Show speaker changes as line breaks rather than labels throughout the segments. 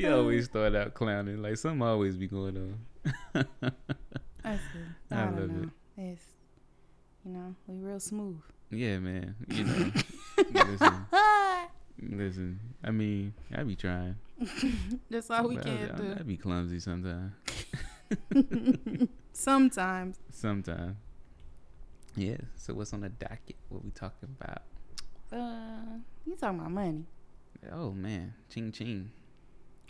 E Oh,
always start out clowning. Like something always be going on.
I see.
I
I, don't
love
know. It's you know, we real smooth.
yeah, man. You know. listen, listen. I mean, I be trying.
That's all we
but
can
I, I, I
do.
be clumsy sometimes.
Sometimes.
Sometimes. Yeah. So what's on the docket? What we talking about?
Uh you talking about money.
Oh man, ching ching,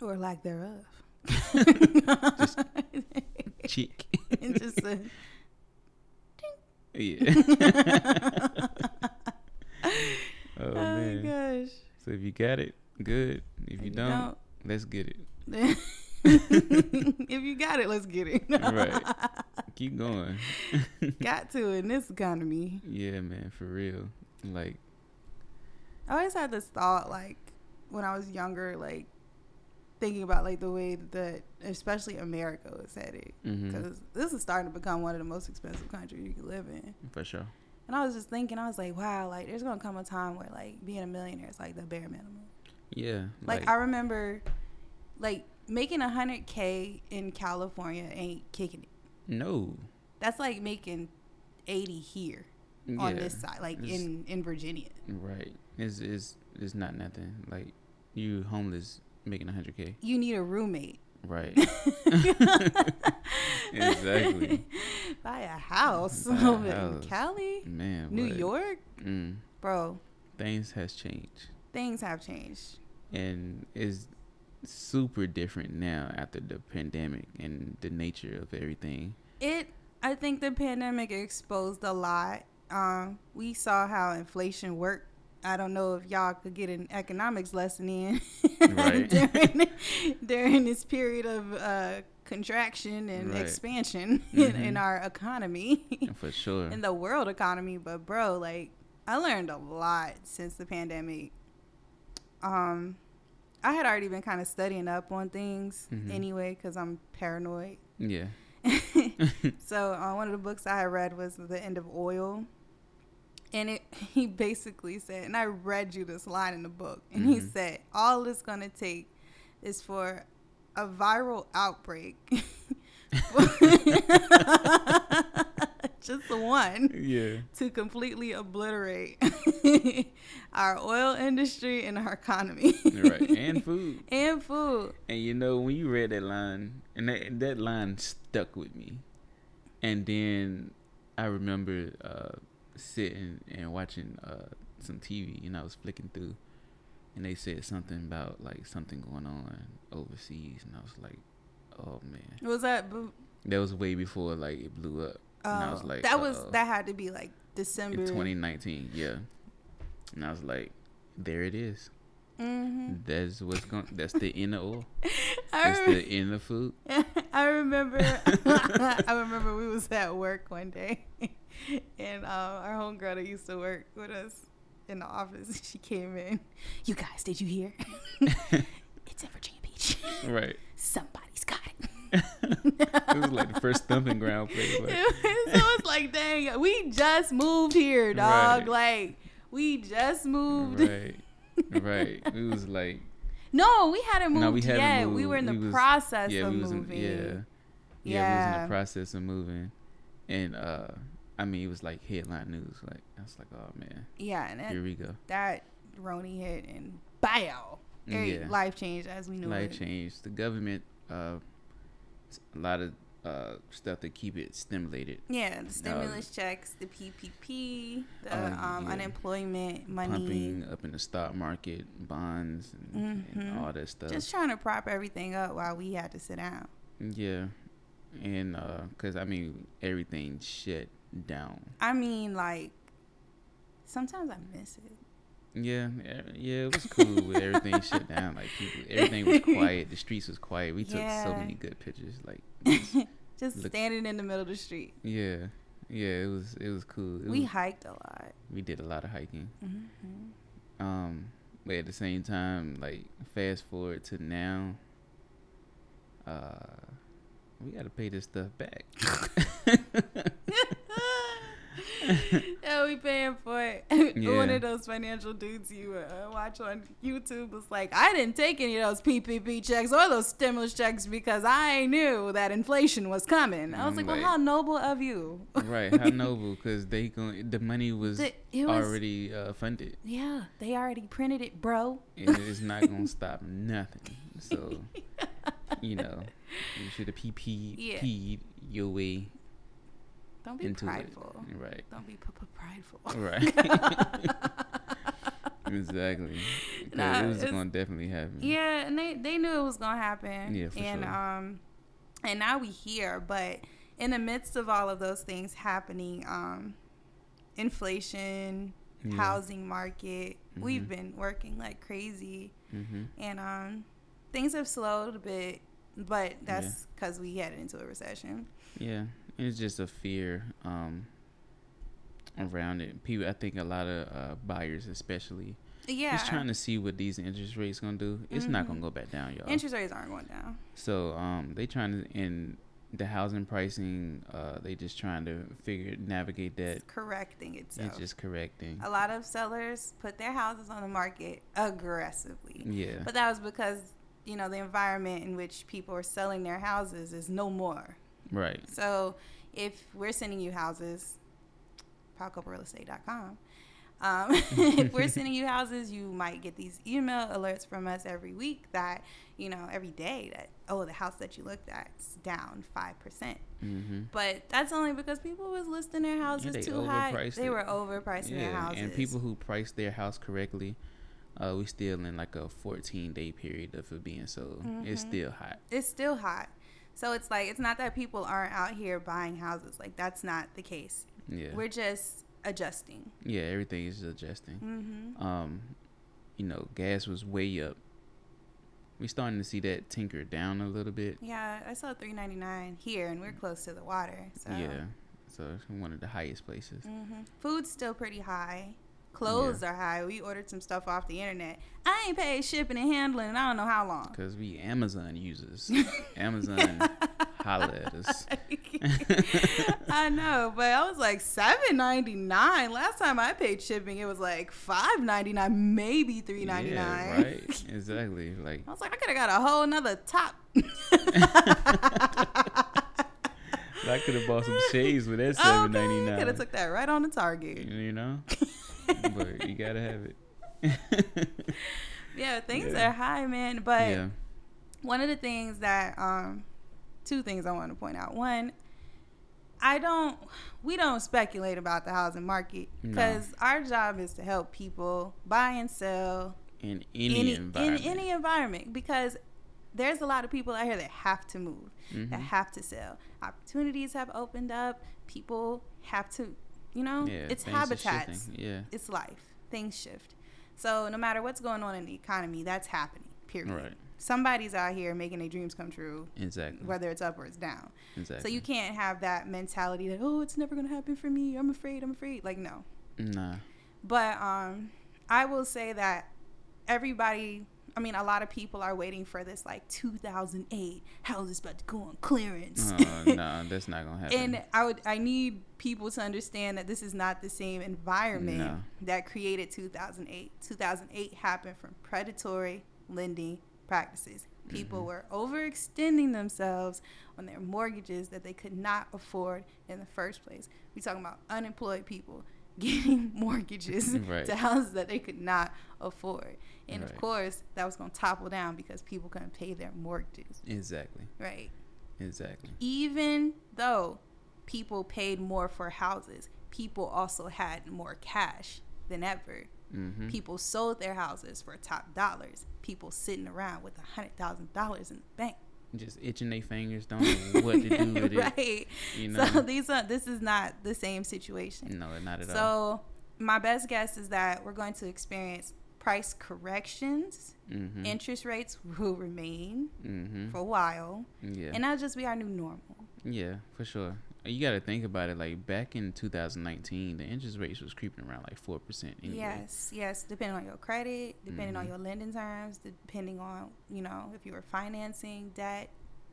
Or lack thereof.
cheek.
It's just a,
yeah. oh
oh,
man.
gosh.
So if you got it, good. If you, don't, let's get it.
don't- if you got it, let's get it.
Right. Keep going.
got to in this economy.
Yeah, man, for real. Like,
I always had this thought, like when I was younger, like thinking about like the way that, especially America was headed,
mhm,
because this is starting to become one of the most expensive countries you can live in.
for sure.
And I was just thinking, I was like, wow, like there's gonna come a time where like being a millionaire is like the bare minimum.
Yeah.
Like, I remember, like making a hundred k in California ain't kicking it.
no.
That's like making eighty here
Yeah.
on this side, like
It's-
in in Virginia.
Right. It's it's it's not nothing. Like you homeless making a hundred k.
You need a roommate.
Right. exactly.
Buy a house
Buy a
over
house.
in Cali,
Man.
New
but,
York,
Mm,
bro.
things has changed,
Things have changed.
and is super different now after the pandemic and the nature of everything.
It, I think, the pandemic exposed a lot. Um, we saw how inflation worked. I don't know if y'all could get an economics lesson in
Right.
during, during this period of uh, contraction and
Right.
expansion in, in
Mhm.
our economy.
For sure.
in the world economy, but bro, like I learned a lot since the pandemic. Um, I had already been kind of studying up on things
Mhm.
anyway because I'm paranoid.
yeah.
So uh, one of the books I had read was The End of Oil, and it he basically said, and I read you this line in the book, and he
Mhm.
said, all it's gonna take is for a viral outbreak. Just the one
Yeah.
to completely obliterate our oil industry and our economy.
Right. And food.
and food.
And you know, when you read that line, and that, that line stuck with me. And then I remember uh, sitting and watching uh, some TV, and I was flicking through, and they said something about like something going on overseas, and I was like, oh man,
Was that? bu-
that was way before like it blew up.
Oh,
I was like,
that was
uh-oh.
that had to be like
in
December.
2019, yeah. And I was like, there it is.
hmm
That's what's going. That's the end of oil.
I,
That's
rem-
the end of food.
I remember. I remember we was at work one day, and um, our homegirl that used to work with us in the office, she came in. You guys, did you hear? it's in Virginia Beach.
Right.
Somebody's got it.
It was like the first thumping ground for you, like,
so it's like, dang, we just moved here, dog. Like, we just moved.
right, right. It was like
No, we hadn't moved
no, we haven't
yet.
moved.
We were in the
was-
process
yeah,
of
we was
moving.
In, yeah, yeah, we was in
Yeah.
the process of moving, and uh, I mean, it was like headline news. Like I was like, oh man,
Yeah, and that,
here we go.
that Roni hit and bow. Very
Yeah.
life changed as we knew
Life
it.
change. The government, uh, s- a lot of uh stuff to keep it stimulated,
Yeah, the stimulus checks, the PPP, the
Oh,
um,
yeah.
unemployment money.
pumping up in the stock market, bonds, and, and
Mhm.
all that stuff.
Just trying to prop everything up while we had to sit down.
Yeah, and uh 'cause I mean everything shut down.
I mean, like, sometimes I miss it.
Yeah, e- yeah, it was cool with everything shut down. Like people, everything was quiet. The streets was quiet. We took so
Yeah.
many good pictures. Like,
Just
Look-
standing in the middle of the street.
yeah, yeah, it was it was cool. It
We
was-
hiked a lot.
we did a lot of hiking. Um, but at the same time, like fast forward to now, uh, we gotta pay this stuff back.
yeah, we paying for it. One
Yeah.
of those financial dudes you uh, watch on YouTube was like, I didn't take any of those PPP checks or those stimulus checks because I knew that inflation was coming. I was
I'm
like, well,
like-
how noble of you.
Mm, right, how noble because they going the money was
The- it was-
already uh, funded.
Yeah, they already printed it, bro.
and it's not gonna stop nothing. So you know, you should have PP
Yeah.
would your way
Don't be
into
prideful.
it. Right.
Don't be p- p- prideful.
Right. exactly. 'Cause
Nah,
it was
it's-
gonna definitely happen.
Yeah, and they, they knew it was gonna happen.
Yeah, for
and
sure.
um and now we here, but in the midst of all of those things happening, um inflation,
Yeah.
housing market, we've
Mhm.
been working like crazy
hmm
and um things have slowed a bit, but that's because we headed into a recession.
Yeah. It's just a fear um around it. People I think a lot of uh, buyers especially
Yeah. Mm-hmm.
is trying to see what these interest rates gonna do. It's not gonna go back down, y'all.
Interest rates aren't going down.
So um, they trying to in the housing pricing. Uh, they just trying to figure navigate that.
It's correcting itself.
It's just correcting.
a lot of sellers put their houses on the market aggressively.
Yeah,
But that was because, you know, the environment in which people are selling their houses is no more.
right.
So if we're sending you houses, PalcoRealEstate.com, um, if we're sending you houses, you might get these email alerts from us every week that, you know, every day that, oh, the house that you looked at is down 5%.
Mm-hmm.
But that's only because people was listing their houses
they
too high.
overpriced
They
it.
were overpricing their
Yeah,
houses.
and people who price their house correctly, uh, we still in like a 14 day period of it being sold. It's
Mm-hmm.
still hot.
it's still hot. So it's like it's not that people aren't out here buying houses. Like that's not the case.
Yeah,
We're just adjusting.
yeah. Everything is adjusting.
hmm
Um, you know, gas was way up. We starting to see that tinker down a little bit.
Yeah, I saw three ninety nine here, and we're close to the water. So
Yeah, so it's one of the highest places.
hmm Food's still pretty high. Clothes are high. We ordered some stuff off the internet. I ain't paid shipping and handling. in I don't know how long.
Because we Amazon users. Amazon holla at us.
I know, but I was like seven ninety nine. Last time I paid shipping, it was like five ninety nine, maybe three ninety nine.
Yeah, right? Exactly. Like,
I was like, I could have got a whole nother top.
I could have bought some shades with that seven ninety
okay, could have
nine.
took that right on the Target.
You know, but you gotta have it.
Yeah, things
Yeah.
are high, man. But
yeah,
one of the things that, um, two things I want to point out. One, I don't, we don't speculate about the housing market
No.
because our job is to help people buy and sell
in any, environment.
in any environment because there's a lot of people out here that have to move that
Mhm.
have to sell opportunities have opened up people have to you know
yeah,
it's
things are
habitats
shifting. Yeah,
it's life things shift so no matter what's going on in the economy that's happening period
Right. Mm-hmm.
somebody's out here making their dreams come true
exactly.
whether it's up or it's down so
Exactly.
you can't have that mentality that oh it's never going to happen for me i'm afraid i'm afraid like no
nah,
but um, I will say that everybody, I mean, a lot of people are waiting for this like 2008 houses about to go on clearance.
uh, nah, that's not gonna happen.
and I would, I need people to understand that this is not the same environment
No.
that created 2008. 2008 happened from predatory lending practices.
Mm-hmm.
People were overextending themselves on their mortgages that they could not afford in the first place. We talking about unemployed people getting mortgages
Right.
to houses that they could not afford. And of
Right.
course, that was going to topple down because people couldn't pay their mortgages,
exactly,
right?
exactly.
even though people paid more for houses, people also had more cash than ever.
Mm-hmm.
People sold their houses for top dollars. People sitting around with a hundred thousand dollars in the bank.
Just itching their fingers, don't know what to do with
right.
it. You know,
So these are this is not the same situation.
no, not at all.
So my best guess is that we're going to experience price corrections.
Mm-hmm.
Interest rates will remain
mm-hmm.
for a while,
Yeah.
and that'll just be our new normal.
yeah, for sure. You got to think about it. Like back in 2019, the interest rates was creeping around like four percent. Anyway.
Yes, yes. Depending on your credit, depending on
Mhm.
your lending terms, depending on you know if you were financing
Mm-hmm.
debt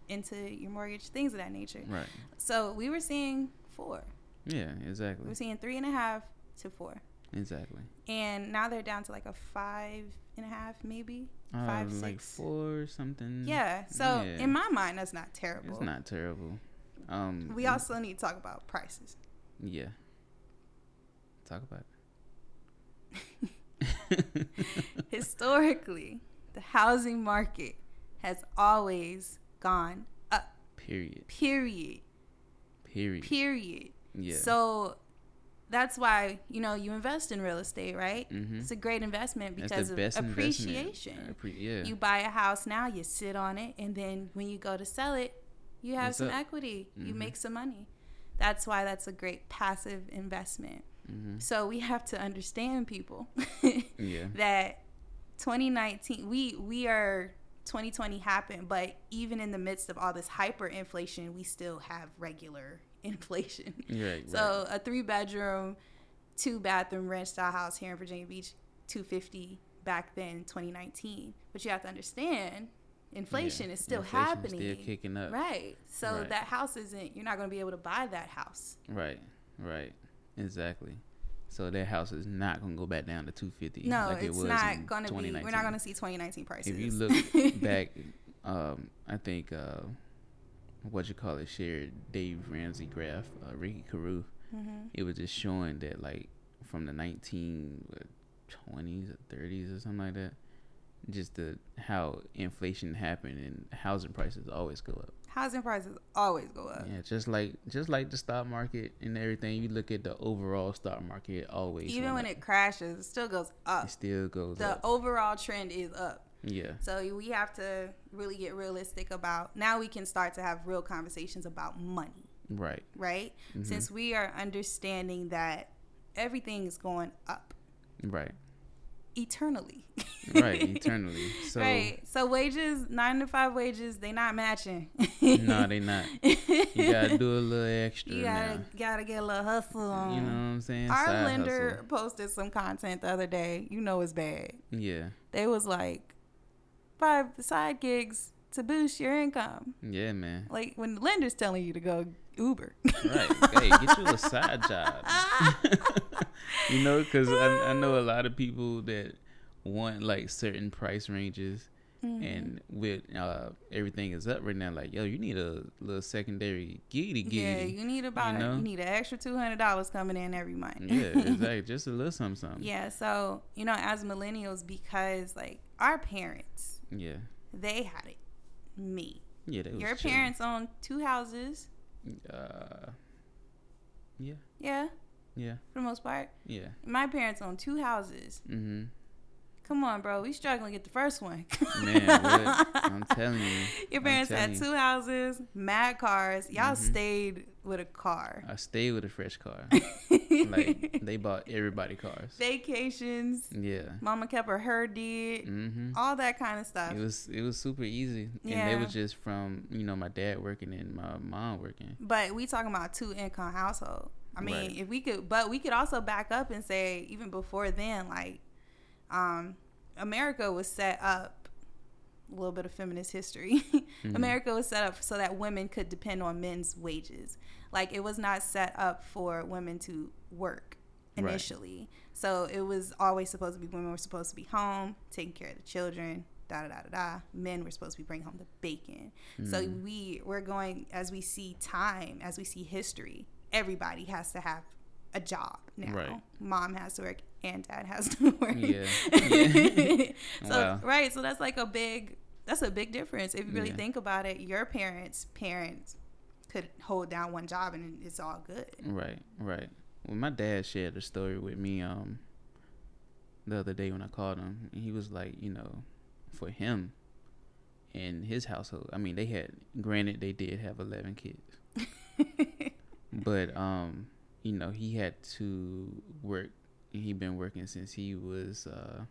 into your mortgage, things of that nature.
Right.
So we were seeing four,
Yeah, exactly.
We're seeing three and a half to four,
Exactly.
and now they're down to like a five and a half, maybe
Uh,
five,
like
six.
four or something.
Yeah. So
Mm. Yeah.
in my mind, that's not terrible.
It's not terrible. Um
We also need to talk about prices.
Yeah. Talk about it.
Historically, the housing market has always gone up.
Period.
Period.
Period.
Period.
yeah.
So that's why you know you invest in real estate, right?
Mhm.
It's a great investment
That's
because
the
of
best investment.
appreciation.
Appre- yeah.
You buy a house now, you sit on it, and then when you go to sell it, you have
It's
some
up.
equity. You
Mhm.
make some money. That's why that's a great passive investment.
hmm
So we have to understand people
Yeah.
that 2019 we we are 2020 happened, but even in the midst of all this hyperinflation, we still have regular inflation.
You're right. right.
So a three bedroom, two bathroom ranch style house here in Virginia Beach, two fifty back then, twenty nineteen. But you have to understand,
Yeah.
inflation is still
Inflation's
happening.
Still kicking up. Right.
Right. So
Right.
that house isn't. You're not going to be able to buy that house.
right. Exactly. So that house is not gonna go back down to 250.
No,
like it
it's
was in
not going to be. We're
2019.
not going to see 2019 prices.
If you look back, um, I think uh, what you call it shared Dave Ramsey graph, uh, Ricky Carew.
Mhm.
It was just showing that like from the 1920s or 30s or something like that, just the how inflation happened and housing prices always go up.
housing prices always go up.
Yeah, just like just like the stock market and everything. You look at the overall stock market it always
Even
went
when
up.
it crashes, it still goes up.
it still goes
The
up.
overall trend is up.
Yeah,
So we have to really get realistic about now we can start to have real conversations about money,
right.
right?
Mhm.
Since we are understanding that everything is going up
Right,
eternally.
right. Eternally. So
right. So wages, 9 to 5 wages, they not matching.
no, they not. You gotta do a little extra
You gotta, gotta get a little hustle
now.
on.
You know what I'm saying?
Our
Side
lender posted some content the other day. You know it's bad.
hustle. Yeah,
They was like five side gigs to boost your income.
yeah, man.
Like when the lender's telling you to go Uber.
Right. hey, get you a side job. you know, because I, I know a lot of people that want like certain price ranges,
Mm-hmm.
and with uh, everything is up right now, like yo, you need a little secondary giddy
yeah,
giddy.
you need about
you know?
you need an extra two hundred dollars coming in every month.
Yeah, exactly. Just a little something. something.
yeah, so you know, as millennials, because like our parents,
yeah,
they had it. Me.
yeah. That was
Your
chilling.
parents owned two houses,
Uh, yeah,
yeah,
yeah,
for the most part.
yeah.
My parents owned two houses.
Mm-hmm.
Come on, bro. We struggling to get the first one.
Man, what? I'm telling you.
Your
I'm
parents
telling
had
you.
two houses, mad cars. Y'all
Mhm.
stayed with a car.
I stayed with a fresh car. Uh, like they bought everybody cars.
Vacations.
Yeah.
Mama kept her, her did.
hmm
All that kind of stuff.
It was it was super easy, and they
Yeah.
was just from you know my dad working and my mom working.
but we talking about two income household. I mean,
Right.
if we could, but we could also back up and say even before then, like, um, America was set up. A little bit of feminist history.
Mm-hmm.
America was set up so that women could depend on men's wages. Like it was not set up for women to work
Right.
initially. So it was always supposed to be women were supposed to be home, taking care of the children, da da da da da. Men were supposed to be bringing home the bacon. So
Mm-hmm.
we we're going as we see time, as we see history, everybody has to have a job now.
Right.
Mom has to work and dad has to work.
Yeah.
so
Wow.
right, so that's like a big that's a big difference. If you really
Yeah.
think about it, your parents' parents could hold down one job and it's all good.
Right, right. Well, my dad shared a story with me um the other day when I called him, and he was like, you know, for him and his household. I mean, they had granted they did have eleven kids, but um, you know, he had to work. and He been working since he was uh,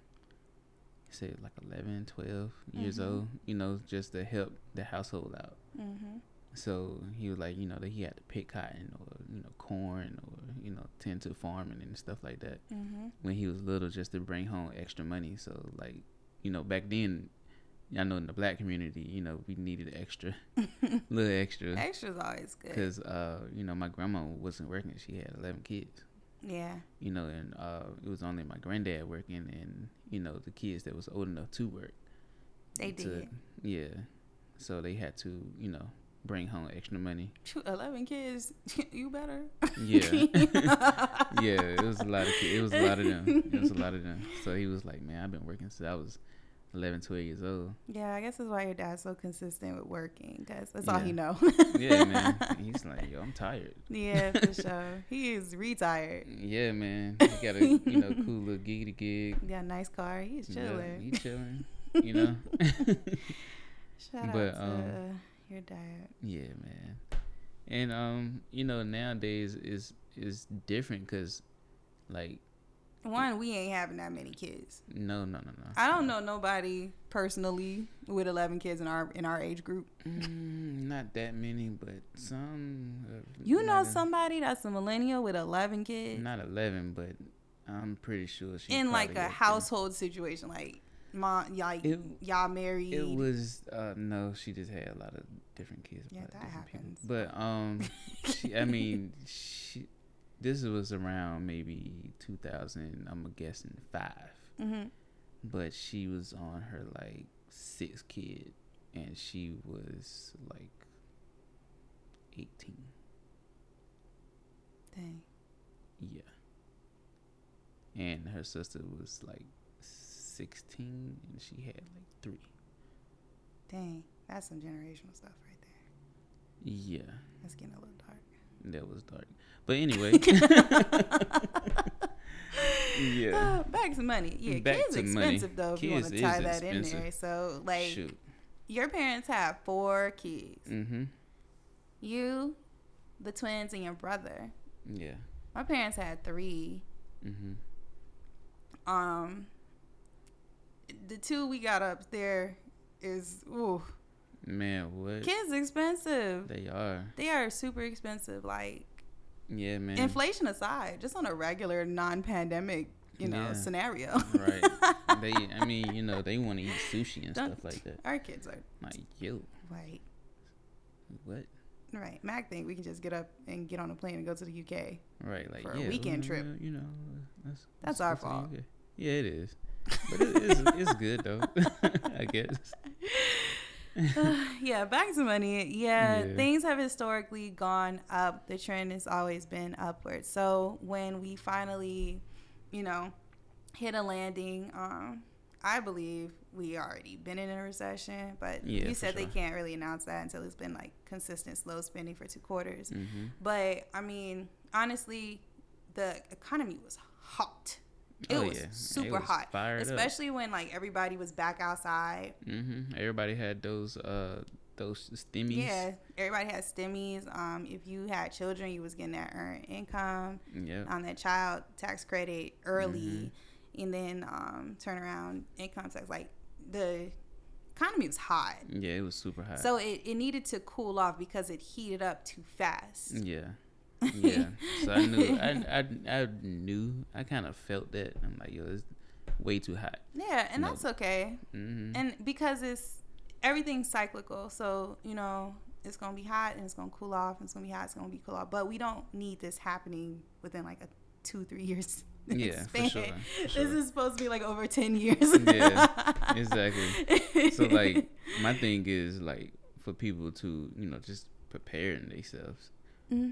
say like 11, 12 years
Mhm.
old. You know, just to help the household out.
Mm-hmm.
So he was like, you know, that he had to pick cotton or you know corn or you know tend to farming and stuff like that
Mm-hmm.
when he was little, just to bring home extra money. So like, you know, back then, I know in the black community, you know, we needed extra, little extra,
Extra's always good.
because uh, you know, my grandma wasn't working; she had eleven kids.
Yeah.
You know, and uh, it was only my granddad working, and you know, the kids that was old enough to work.
They
to-
did.
Yeah, so they had to, you know, bring home extra money.
Phew, Eleven kids. you better.
Yeah. yeah, it was a lot of ki- it was a lot of them. It was a lot of them. So he was like, "Man, I've been working since I was 11, 12 years old."
Yeah, I guess that's why your dad's so consistent with working, because that's all
Yeah.
he know.
Yeah, man. He's like, "Yo, I'm tired."
yeah, for sure. He is retired.
Yeah, man. He got a you know cool little giggity gig.
He got a nice car. He's
Yeah,
chilling.
he chilling. You know.
Shout out
But,
to
um,
your dad.
yeah, man. And um, you know, nowadays is is different because, like,
One, we ain't having that many kids.
no, no, no, no.
I don't know nobody personally with eleven kids in our in our age group.
Mm, not that many, but some. uh,
You know
not a-
somebody that's a millennial with eleven kids
Not eleven, but I'm pretty sure she
in like
probably
a
had
household situation, like mom, y'all,
It-
y'all
three.
married.
It was uh, no, she just had a lot of different kids. a
Yeah,
lot of
that
different people.
happens.
But um, she, I mean, she, this was around maybe 2000. I'm guessing five,
Mhm.
but she was on her like sixth kid, and she was like 18.
Dang.
Yeah. And her sister was like 16 and she had like 3.
Dang, that's some generational stuff right there.
Yeah.
That's getting a little dark.
That was dark. But anyway. yeah.
Uh, back to money. Yeah,
Back
kids
to money.
expensive though if you want
Kids
to
is
tie that in
expensive.
there. So like
Shoot.
your parents have four kids.
Mhm.
You, the twins, and your brother.
Yeah.
My parents had three.
Mhm.
Um the two we got up there is ooh.
Man, what?
Kids expensive.
They are.
They are super expensive, like
Yeah, man.
inflation aside, just on a regular non pandemic, you know,
Yeah.
scenario.
right. They I mean, you know, they want to eat sushi and
Don't-
stuff like that.
Our kids are
Like, yo,
right.
what?
Right. Mac think we can just get up and get on a plane and go to the UK.
Right, like
For a
yeah,
weekend
uh,
trip.
You know, that's
That's our
all
fault.
good. Yeah, it is, but it, it's it's good though. I guess.
yeah, back to money. Yeah,
Yeah.
things have historically gone up. The trend has always been upward. So when we finally, you know, hit a landing, um, I believe we already been in a recession, but
Yeah,
you
for
said they
sure.
can't really announce that until it's been like consistent slow spending for two quarters.
hmm
But I mean, honestly, the economy was hot. It
Oh,
was
yeah. It
super
was
hot,
fired up.
especially when like everybody was back outside.
hmm Everybody had those uh those stimmies.
Yeah, everybody had stimmies. Um, if you had children, you was getting that earned income
Yep. Mm-hmm.
on that child tax credit early, and then um, turn around income tax. Like the economy was hot,
Yeah, it was super hot.
so it, it needed to cool off because it heated up too fast.
yeah. Yeah. so I knew I I, I knew I kind of felt that I'm like yo, it's way too hot.
Yeah, and
No.
that's okay.
hmm
and because it's everything's cyclical so you know it's gonna be hot and it's gonna cool off and it's gonna be hot it's gonna be cool off but we don't need this happening within like a two three years
Yeah, for
span.
sure, for
this
sure.
is supposed to be like over 10 years
Yeah, exactly. So like my thing is like for people to you know just preparing themselves.
hmm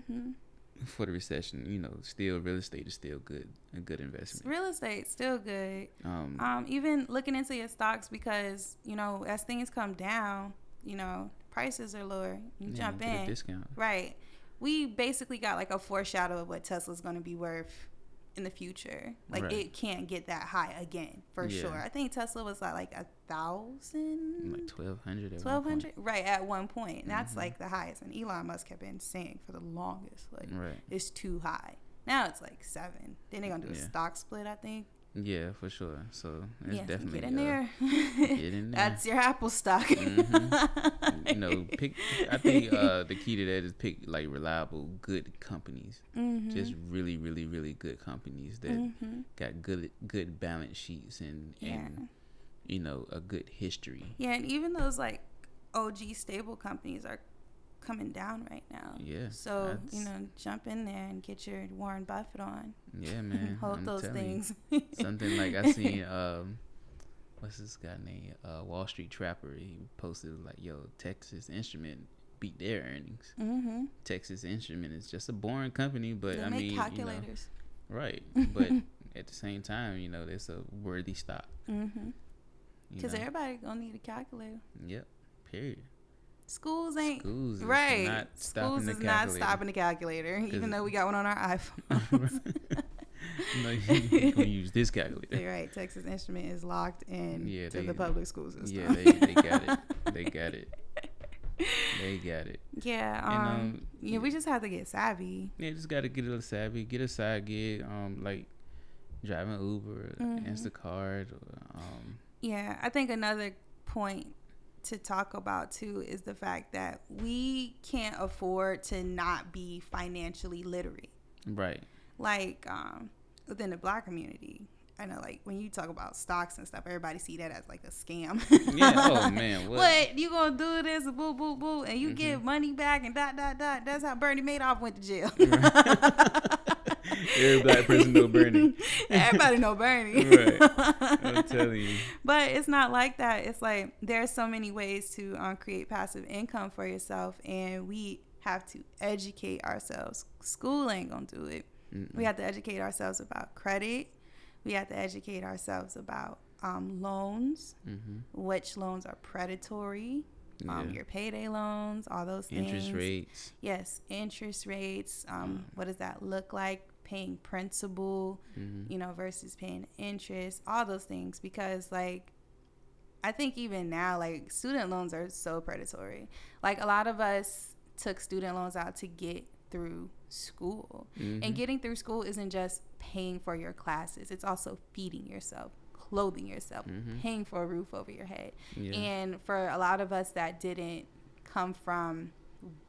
for the recession, you know, still real estate is still good, a good investment.
real estate still good
Um,
um even looking into your stocks because you know as things come down you know prices are lower you
yeah,
jump
get a
in
discount.
Right. We basically got like a foreshadow of what Tesla's going to be worth in the future. Like
Right.
it can't get that high again for
Yeah.
sure. I think Tesla was at like a
Like
thousand.
twelve hundred.
Twelve hundred, right at one point, and that's
Mhm.
like the highest. And Elon Musk had been saying for the longest, like
Right.
it's too high. Now it's like seven. Then they're gonna do a
Yeah.
stock split, I think.
Yeah, for sure. So it's
yeah, so
definitely
get in
uh,
there.
Get in there.
that's your Apple stock.
Mhm. you know, pick. I think uh, the key to that is pick like reliable, good companies.
Mhm.
Just really, really, really good companies that
Mhm.
got good, good balance sheets and
Yeah.
and you know, a good history.
Yeah, and even those like OG stable companies are coming down right now.
Yeah,
So,
that's-
you know, jump in there and get your Warren Buffett on.
Yeah, man.
Hold
I'm
those
telling you.
things.
Something like I seen um what's this guy named? Uh Wall Street Trapper. He posted like, yo, Texas Instrument beat their earnings.
Mm-hmm.
Texas Instrument is just a boring company, but
they
I
make
mean you know,
calculators.
right. But at the same time, you know, it's a worthy stock.
Mm-hmm.
you
Because
know?
everybody gonna need a calculator.
Yep. Period.
Schools ain't
Schools is
right.
not stopping
Schools
the
is not
calculator.
stopping the calculator,
'Cause-
even though we got one on our iPhones.
no, you can use this calculator.
You're right. Texas Instrument is locked in
Yeah,
to
they-
the public school system.
Yeah, they, they got it. They got it. They got it.
Yeah,
And,
um,
um,
yeah, we just have to get savvy.
Yeah, just gotta get a little savvy, get a side gig, um, like driving Uber,
Mhm.
Instacart, or, um,
Yeah, I think another point to talk about too is the fact that we can't afford to not be financially literate.
right,
Like um, within the black community, I know like when you talk about stocks and stuff, everybody see that as like a scam.
yeah. Oh man, what? Mm-hmm.
What? you gonna do this boo boo boo and you get money back and dot dot dot. That's how Bernie Madoff went to jail.
Every black person know Bernie.
Everybody know Bernie.
Right. I'm telling you,
But it's not like that. It's like there's so many ways to um, create passive income for yourself, and we have to educate ourselves. School ain't gonna do it.
Mm-hmm.
We have to educate ourselves about credit. We have to educate ourselves about um, loans,
hmm
which loans are predatory, um,
Yeah.
your payday loans, all those things.
interest rates, Mm.
Yes, interest rates. Um, what does that look like? Paying principal,
Mhm.
you know, versus paying interest, all those things. Because, like, I think even now, like, student loans are so predatory. Like, a lot of us took student loans out to get through school.
Mm-hmm.
And getting through school isn't just paying for your classes, it's also feeding yourself, clothing yourself,
Mm-hmm.
paying for a roof over your head.
yeah,
And for a lot of us that didn't come from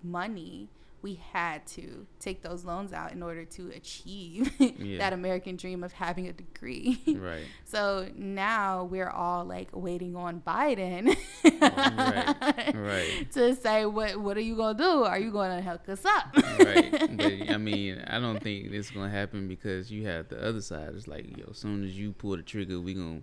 money, we had to take those loans out in order to achieve
Yeah.
that American dream of having a degree.
right.
So now we're all like waiting on Biden
Right, right.
to say what what are you gonna do? Are you gonna help us up?
right. But I mean, I don't think this gonna happen because you have the other side. It's like, yo, as soon as you pull the trigger, we gonna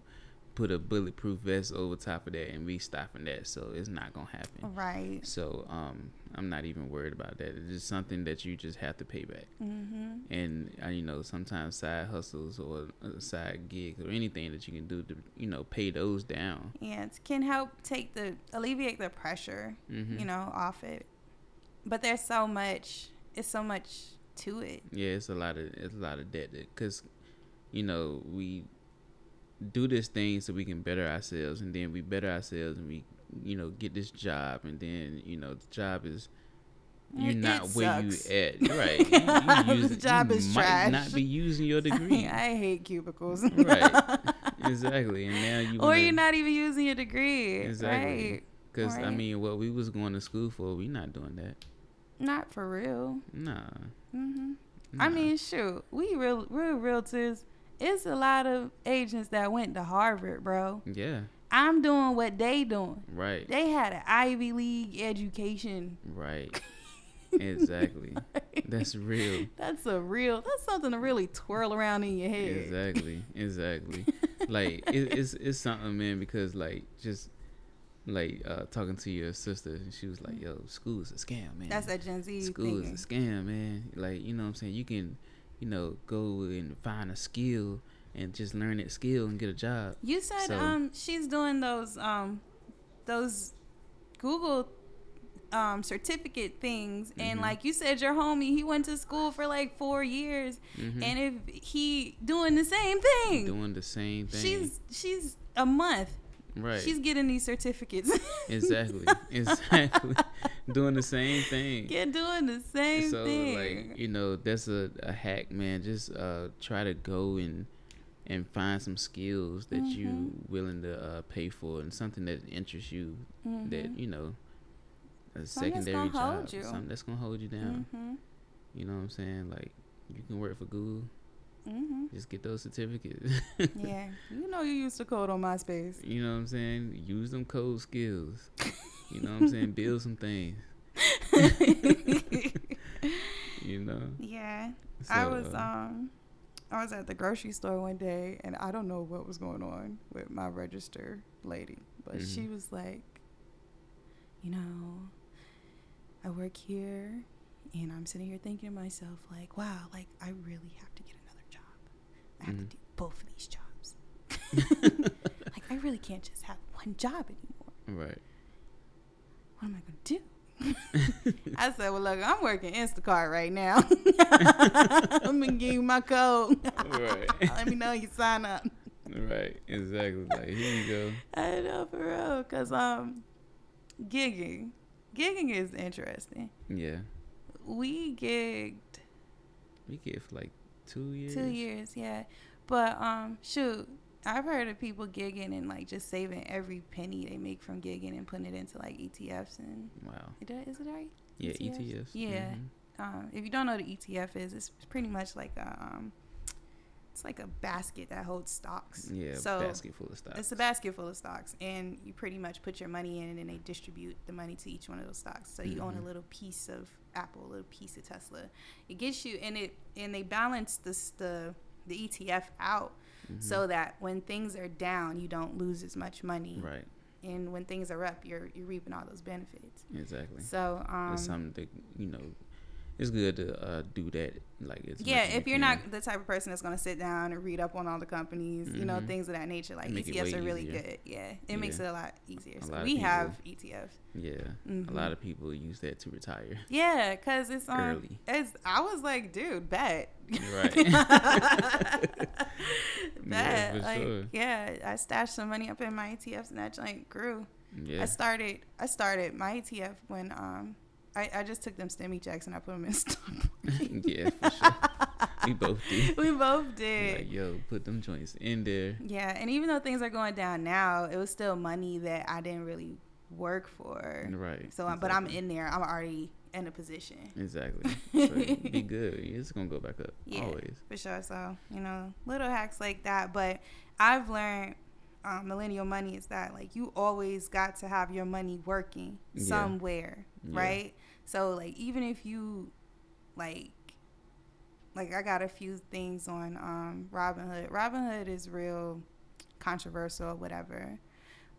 put a bulletproof vest over top of that, and we stopping that. So it's not gonna
Oh.
happen.
right.
So um, I'm not even worried about that. It's just something that you just have to pay back.
Mm-hmm.
And uh, you know, sometimes side hustles or uh, side gigs or anything that you can do to you know pay those down.
Yeah, it can help take the alleviate the pressure
hmm
you know, off it. But there's so much, it's so much to it.
Yeah, it's a lot of it's a lot of debt because you know we do this thing so we can better ourselves, and then we better ourselves, and we you know get this job, and then you know the job is you're
It
not where
sucks.
you at, right? You, you use,
The job
you
is
might
trash.
not be using your degree,
I hate cubicles.
right? Exactly, and now you
or
wanna-
you're not even using your degree.
Exactly.
Right.
Cause I
right.
mean, what we was going to school for, we not doing that.
Not for real.
Nah.
hmm
nah.
I mean, shoot, we real, real realtors. It's a lot of agents that went to Harvard, bro.
yeah,
I'm doing what they doing.
right,
They had an Ivy League education.
right, exactly. That's real.
That's a real. That's something to really twirl around in your head.
Exactly, exactly. like it, it's it's something, man. Because like just like uh talking to your sister, and she was like, "Yo, school is a scam, man.
That's that Gen Z
school
thinking.
is a scam, man. Like you know what I'm saying. You can, you know, go and find a skill and just learn that skill and get a job.
You said
So-
um she's doing those um those Google um certificate things and
Mhm.
like you said your homie he went to school for like 4 years
Mhm.
and if he doing the same thing,
Doing the same thing.
she's she's a month
right.
she's getting these certificates.
Exactly. Exactly. Doing the same thing.
You're doing the same
so
thing.
like you know that's a, a hack man just uh try to go and and find some skills that you
Mm-hmm.
willing to uh, pay for and something that interests you that you know
Mm-hmm.
a
that's
secondary
gonna
job
hold you. Mm-hmm.
something that's gonna hold you down
Mhm.
you know what i'm saying like you can work for google
Mm-hmm.
Just get those certificates.
Yeah. You know you used to code on MySpace.
You know what I'm saying? Use them code skills. You know what I'm saying? Build some things. you know.
yeah. I
So,
was
uh,
um I was at the grocery store one day and I don't know what was going on with my register lady, but
Mhm.
she was like, you know, I work here and I'm sitting here thinking to myself like, wow, like I really have to get another job. I have
Mhm.
to do both of these jobs. like I really can't just have one job anymore.
right.
What am I going to do? I said, well, look, I'm working Instacart right now. I'm going to give you my code.
Right.
Let me know you sign up.
Right. Exactly. Like here you go.
I know, for real. Because um, gigging. Gigging is interesting.
Yeah.
We gigged
We get for like two years.
two years, yeah. But um, shoot, I've heard of people gigging and like just saving every penny they make from gigging and putting it into like ETFs and
Wow.
Did I- is it right?
Yeah. E
ETFs?
ETFs.
Yeah.
Mhm.
um, if you don't know what an ETF is, it's pretty much like a, um, it's like a basket that holds stocks.
Yeah.
So
basket full of stuff.
it's a basket full of stocks, and you pretty much put your money in, and then they distribute the money to each one of those stocks. So you own a
Mhm.
little piece of Apple, a little piece of Tesla. It gets you, and it and they balance this the the ETF out
Mhm.
so that when things are down, you don't lose as much money,
Right.
and when things are up, you're you're reaping all those benefits.
Exactly.
So um,
it's something that you know. It's good to uh, do that. Like it's
yeah if you're not the type of person that's going to sit down and read up on all the companies you know
Mhm.
things of that nature like
And make it
etfs
way
are really
easier.
good yeah it makes it a lot easier
A
so
lot of
we
people-
have E etfs
Yeah.
Mm-hmm.
A lot of people use that to retire.
yeah because it's um,
Early.
it's i was like dude bet
Right.
bet
Yeah, for
like
sure.
yeah i stashed some money up in my etfs and that joint grew
Yeah.
i started i started my etf when um I, I just took them STEMI checks and I put them in stock.
yeah. For sure. we both do.
we both did.
Like yo, put them joints in there.
Yeah, and even though things are going down now, it was still money that I didn't really work for.
Right.
So, but I'm
exactly.
in there. I'm already in a position
Exactly. So be good. It's gonna go back up.
Yeah.
Always.
for sure. So, you know, little hacks like that. But I've learned um, millennial money is that like you always got to have your money working
Yeah.
somewhere,
Yeah.
right? So, like even if you like. Like I got a few things on um, Robinhood. Robinhood is real controversial or whatever.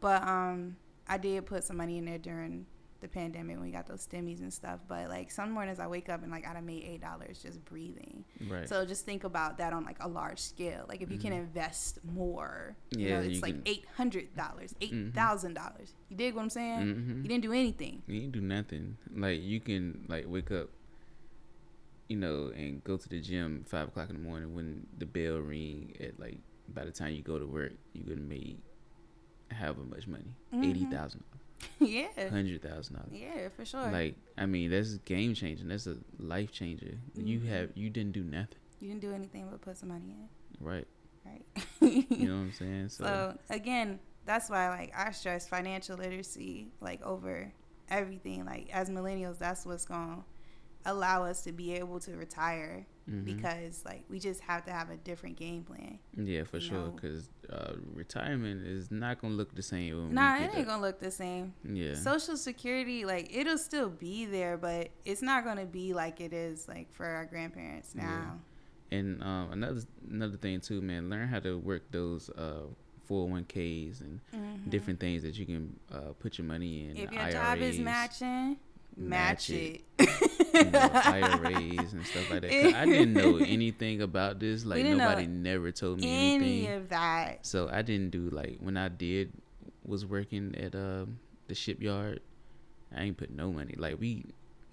But um, I did put some money in there during the pandemic when we got those stimmies and stuff. But like some mornings I wake up and like I done made eight dollars just breathing.
Right. Mm-hmm.
So just think about that on like a large scale. Like if you can invest more, you
Yeah,
know,
you
it's like
can-
eight hundred dollars, eight
Mhm.
thousand dollars. You dig what I'm saying?
Mhm.
You didn't do anything.
You ain't do nothing. Like you can like wake up, you know, and go to the gym five o'clock in the morning when the bell ring at like by the time you go to work you gonna make however much money. Eighty thousand,
Mm-hmm. yeah,
hundred thousand dollars.
yeah, for sure.
Like I mean that's game changing. That's a life changer. You
Mhm.
have you didn't do nothing.
you didn't do anything but put some money in,
Right.
right?
You know what I'm saying? So,
So again, that's why like I stress financial literacy like over everything. Like as millennials, that's what's gonna allow us to be able to retire
mhm.
because like we just have to have a different game plan.
yeah, for
you
sure.
know.
Because uh, retirement is not gonna look the same. When we
nah,
get
it ain't
up.
gonna look the same.
Yeah.
Social security, like it'll still be there, but it's not gonna be like it is like for our grandparents
Yeah.
now.
And um, another another thing too, man, learn how to work those uh, 401ks and
Mhm.
different things that you can uh, put your money in.
If your job is matching, match,
Match
it.
it. you know, IRAs and stuff like that. 'Cause I didn't know anything about this. Like
didn't know
nobody never told me
Any
anything.
of that.
So I didn't do like when I did was working at um, the shipyard. I ain't put no money. Like we,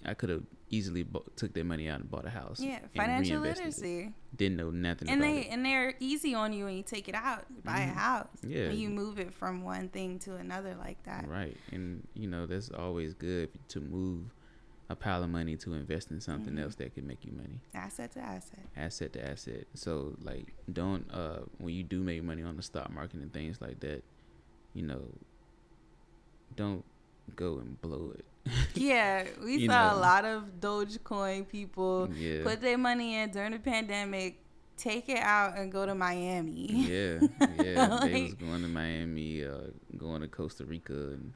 I could have easily bo- took that money out and bought a house.
Yeah,
and
financial
reinvested it.
literacy.
Didn't know nothing
and
about
they
it.
and they're easy on you when you take it out you buy a
Mhm.
house
Yeah.
when you move it from one thing to another like that
Right. And you know, that's always good to move a pile of money to invest in something
Mhm.
else that can make you money.
asset to asset
Asset to asset. So like don't uh when you do make money on the stock market and things like that, you know, don't go and blow it.
yeah we
You
saw a
know.
lot of dogecoin people
yeah.
put their money in during the pandemic take it out and go to Miami.
Yeah, yeah. they was
Like-
going to Miami, uh, going to Costa Rica, and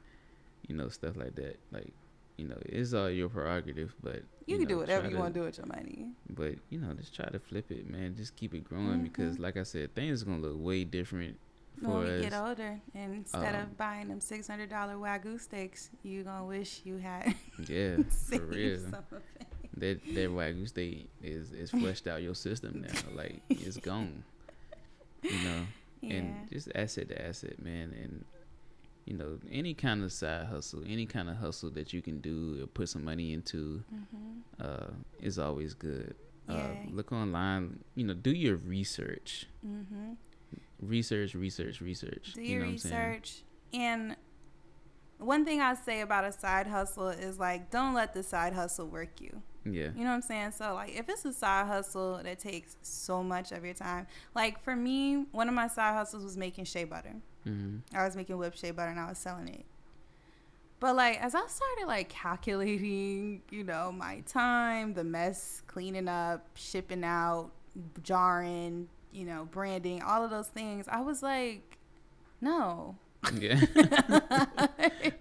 you know stuff like that. Like, you know, it's all your prerogative, but
You can do whatever you want to
to.
do with your money.
But you know, just try to flip it, man. Just keep it growing because,
Mhm.
like I said, things gonna look way different for
when we
us.
get older, and instead
um,
of buying them six hundred dollar wagyu steaks, you gonna wish you had
Yeah, for
saved
real.
some of it.
That that wagyu steak is is fleshed out your system now. Like it's gone. You know.
Yeah.
and just asset to asset, man. And you know, any kind of side hustle, any kind of hustle that you can do or put some money into,
mm-hmm.
uh, is always good. Uh,
Yeah.
look online, you know, do your research,
Mm-hmm.
research, research, research.
Do
you
your
know what I'm saying?
research. And one thing I say about a side hustle is like, don't let the side hustle work you.
Yeah,
You know what I'm saying? So like, if it's a side hustle that takes so much of your time, like for me, one of my side hustles was making shea butter.
hmm
I was making whipped shea butter and I was selling it. But like as I started like calculating, you know, my time, the mess, cleaning up, shipping out, jarring, you know, branding, all of those things, I was like, no.
yeah. right.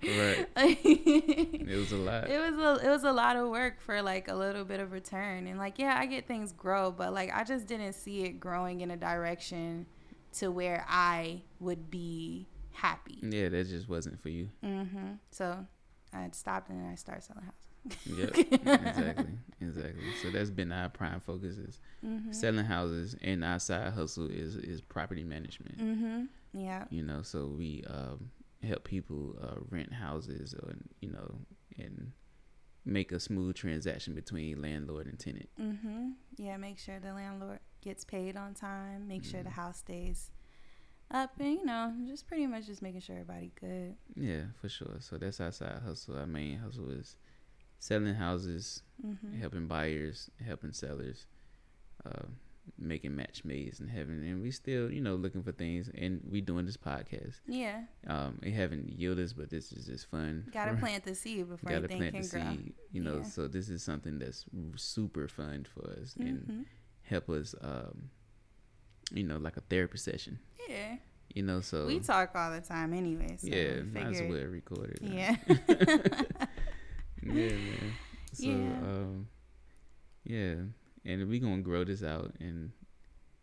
it
It was a lot.
was a it was a lot of work for like a little bit of return. And like yeah, I get things grow, but like I just didn't see it growing in a direction to where I would be happy.
Yeah, that just wasn't for you.
Mm-hmm. So I stopped and then I started selling houses.
Yep. exactly. Exactly. So that's been our prime focus is
Mm-hmm.
selling houses and our side hustle is is property management.
mm-hmm. Yeah.
you know so we um, help people uh, rent houses or you know and make a smooth transaction between landlord and tenant
Mm-hmm. Yeah. Make sure the landlord gets paid on time. Make sure the
Mm.
house stays up, and you know, just pretty much just making sure everybody good.
yeah for sure so that's our side hustle our main hustle is selling houses
Mm-hmm.
helping buyers helping sellers uh, making match mades in heaven and we still you know looking for things and we doing this podcast
Yeah.
um it haven't yielded us but this is just fun
Got to
for-
plant the seed before
gotta
anything
plant
can
the
grow.
seed you know
Yeah.
so this is something that's super fun for us and
Mm-hmm.
help us um you know like a therapy session
Yeah.
you know so
we talk all the time anyway. So
yeah
we
might as
figured-
well record it right?
Yeah.
yeah man so
Yeah.
um yeah and we're gonna grow this out and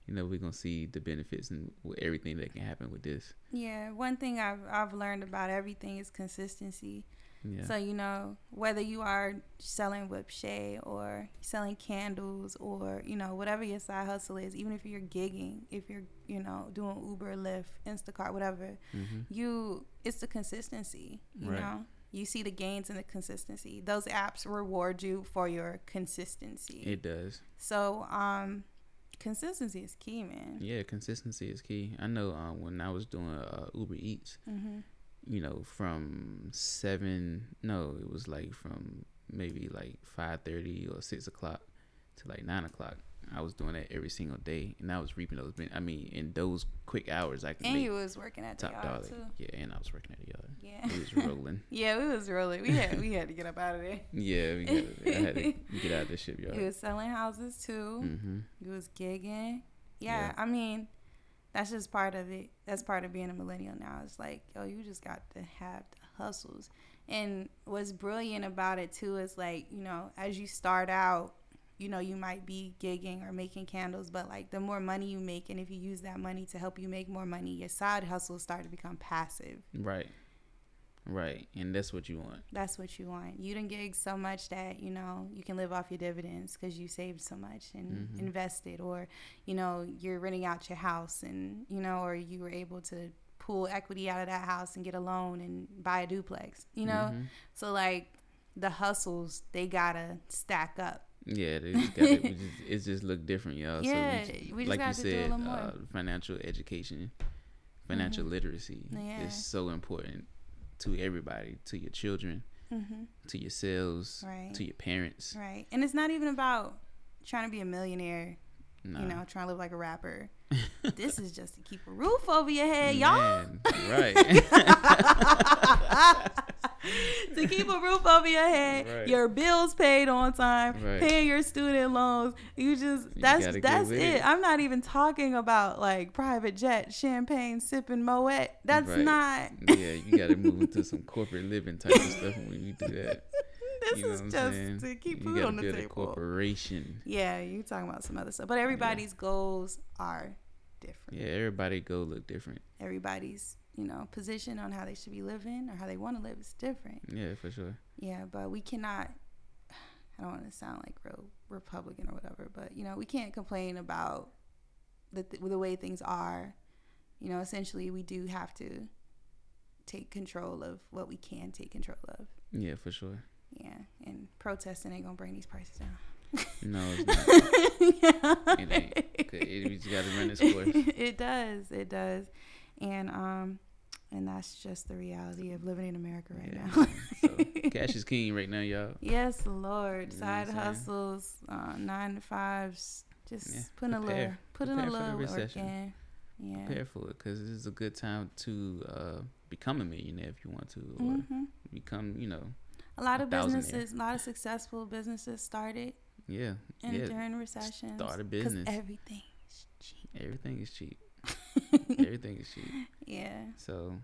you know we're gonna see the benefits and w- everything that can happen with this
yeah. One thing I've I've learned about everything is consistency.
yeah
So you know whether you are selling whip shea or selling candles or you know whatever your side hustle is, even if you're gigging, if you're you know doing Uber, Lyft, Instacart, whatever,
hmm
you it's the consistency. You
Right.
know, you see the gains in the consistency. Those apps reward you for your consistency.
it does
so um, consistency is key, man.
yeah consistency is key i know um, when i was doing uh, uber eats
Mm-hmm.
you know from seven no it was like from maybe like 5.30 or 6 o'clock to like 9 o'clock i was doing that every single day and i was reaping those ben- i mean in those quick hours i could
And
make
you was working at the
top
yard
dollar
too.
yeah and i was working at the yard
Yeah.
it was rolling
Yeah, we was really we had we had to get up out of there.
yeah we got, i had to get out of the shipyard
You was selling houses too.
mm-hmm.
You was gigging. Mm. Yeah,
Yeah.
I mean, that's just part of it. That's part of being a millennial now. It's like, yo, you just got to have the hustles. And what's brilliant about it too is like, you know, as you start out, you know, you might be gigging or making candles, but like the more money you make, and if you use that money to help you make more money, your side hustles start to become passive.
right right and that's what you want
That's what you want. You done gig so much that you know you can live off your dividends because you saved so much and
Mhm.
invested, or you know you're renting out your house and you know, or you were able to pull equity out of that house and get a loan and buy a duplex. You know,
Mhm.
so like the hustles they gotta stack up.
Yeah, they just got it. We just, it just looked different, y'all.
Yeah,
so we just,
we just
like you
got to do a
said,
little more. Mm-hmm.
uh, financial education, financial literacy
Yeah.
is so important to everybody, to your children,
Mm-hmm.
to yourselves,
Right.
to your parents.
Right, and it's not even about trying to be a millionaire.
Nah.
You know, trying to live like a rapper. this is just to keep a roof over your head, y'all.
Man, right.
to keep a roof over your head,
Right.
your bills paid on time,
Right.
paying your student loans. You just
You
that's
gotta get
that's it.
with it.
I'm not even talking about like private jet, champagne, sipping moet. That's
Right.
not.
yeah, you got to move into some corporate living type of stuff when you do that.
this
you know
is
what I'm
just
saying?
to keep
You
food
gotta
on the
build a
table.
corporation.
Yeah, you talking about some other stuff, but everybody's goals are different.
Yeah, everybody go look different.
Everybody's you know position on how they should be living or how they want to live is different.
Yeah, for sure.
Yeah, but we cannot. I don't want to sound like real Republican or whatever, but you know we can't complain about the th- the way things are. You know, essentially we do have to take control of what we can take control of.
Yeah, for sure.
Yeah, and protesting ain't gonna bring these prices down.
No, it's not. It ain't. 'Cause It, we just got to run its course.
it does. It does. And um and that's just the reality of living in America right
Yeah.
now.
So, cash is king right now, y'all.
yes, Lord.
You know what I'm
Side
saying?
hustles, uh, nine to fives, just
Yeah,
putting a little
prepare.
putting
Prepare
a
for the
little work
recession.
in. Yeah.
Prepare for it because this is a good time to uh, become a millionaire if you want to, or
hmm
become, you know,
A lot
a
of
thousand there.
businesses, a lot of successful businesses started
yeah,
in,
yeah.
during recessions.
start a
'cause
business.
everything is cheap.
Everything is cheap. Everything is cheap.
Yeah.
So,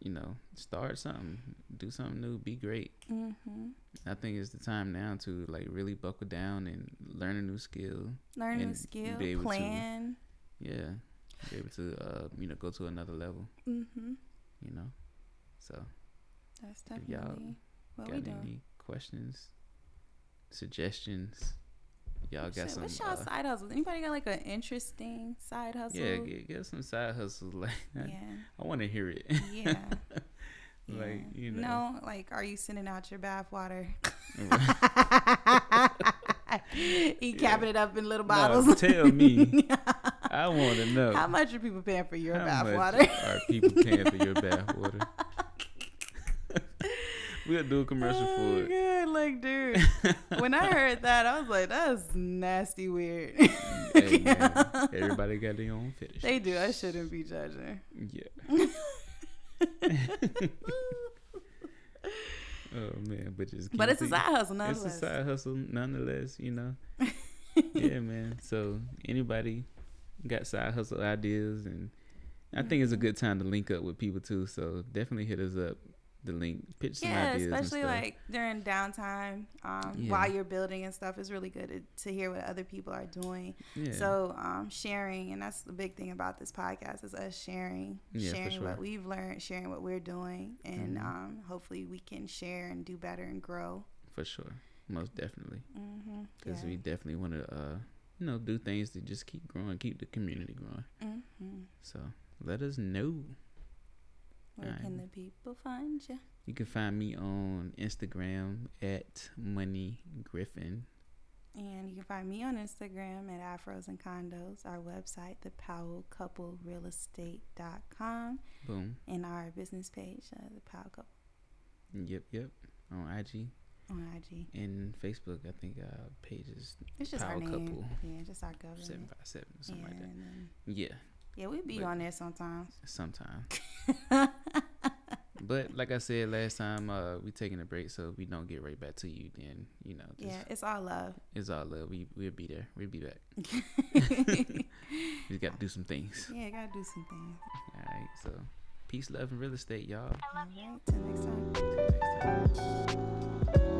you know, start something, do something new, be great.
Mm-hmm.
I think it's the time now to like really buckle down and learn a new skill.
Learn a new
And
skill,
be able to-
plan.
Yeah, be able to, uh, you know, go to another level.
Mm-hmm.
You know, so
That's
If y'all
definitely what Oh,
got
we
any
doing.
questions, suggestions? Y'all got
Shit,
some?
What's y'all
uh,
side hustles? Anybody got like an interesting side hustle?
yeah, get, uh, get some side hustles. Like
yeah,
I, want to hear it.
yeah.
like
yeah.
you know,
No, like, are you sending out your bath water?
Right.
you capping it up in little
No,
bottles.
tell me. I want to know.
How much are people paying for your
How
bath
much
water?
Are people paying for your bath water? we'll do a commercial
Oh,
for it.
good, like, dude. when I heard that, I was like, that's nasty weird.
Hey, man, everybody got their own fetish.
they do. I shouldn't be judging.
Yeah. oh man, but just
But
keep
it's a
it-
side hustle,
It's a
nonetheless.
side hustle, nonetheless. You know. yeah, man. So anybody got side hustle ideas, and I think it's a
Mm-hmm.
good time to link up with people too. So definitely hit us up. The link, pitch some
yeah,
ideas. and
especially
stuff.
like during downtime, um,
Yeah.
while you're building and stuff, it's really good to, to hear what other people are doing.
yeah.
So um, sharing, and that's the big thing about this podcast is us sharing,
Yeah, for
sharing
sure.
what we've learned, sharing what we're doing, and
Mhm.
um, hopefully we can share and do better and grow.
for sure, most definitely.
Mm-hmm.
because we definitely want to uh you know do things to just keep growing keep the community growing
mm-hmm.
so let us know
Where
Alright.
can the people find you?
you can find me on instagram at money griffin
And you can find me on Instagram at Afros and Condos, our website, thepowellcouplerealestate.com,
boom
and our business page, uh, the Powell Couple
yep yep on ig
on IG.
and facebook i think uh page is
It's just our
Powell
name.
Couple.
Yeah, just our government.
757 or something
yeah,
like that
and then-
yeah
yeah, we be
But-
on there sometimes.
sometime but like i said last time uh we taking a break so if we don't get right back to you then you know just,
Yeah, it's all love.
it's all love we, we'll be there we'll be back we gotta do some things
yeah, gotta do some things.
All right, so peace, love, and real estate, y'all.
All right, till next time.
Till next time.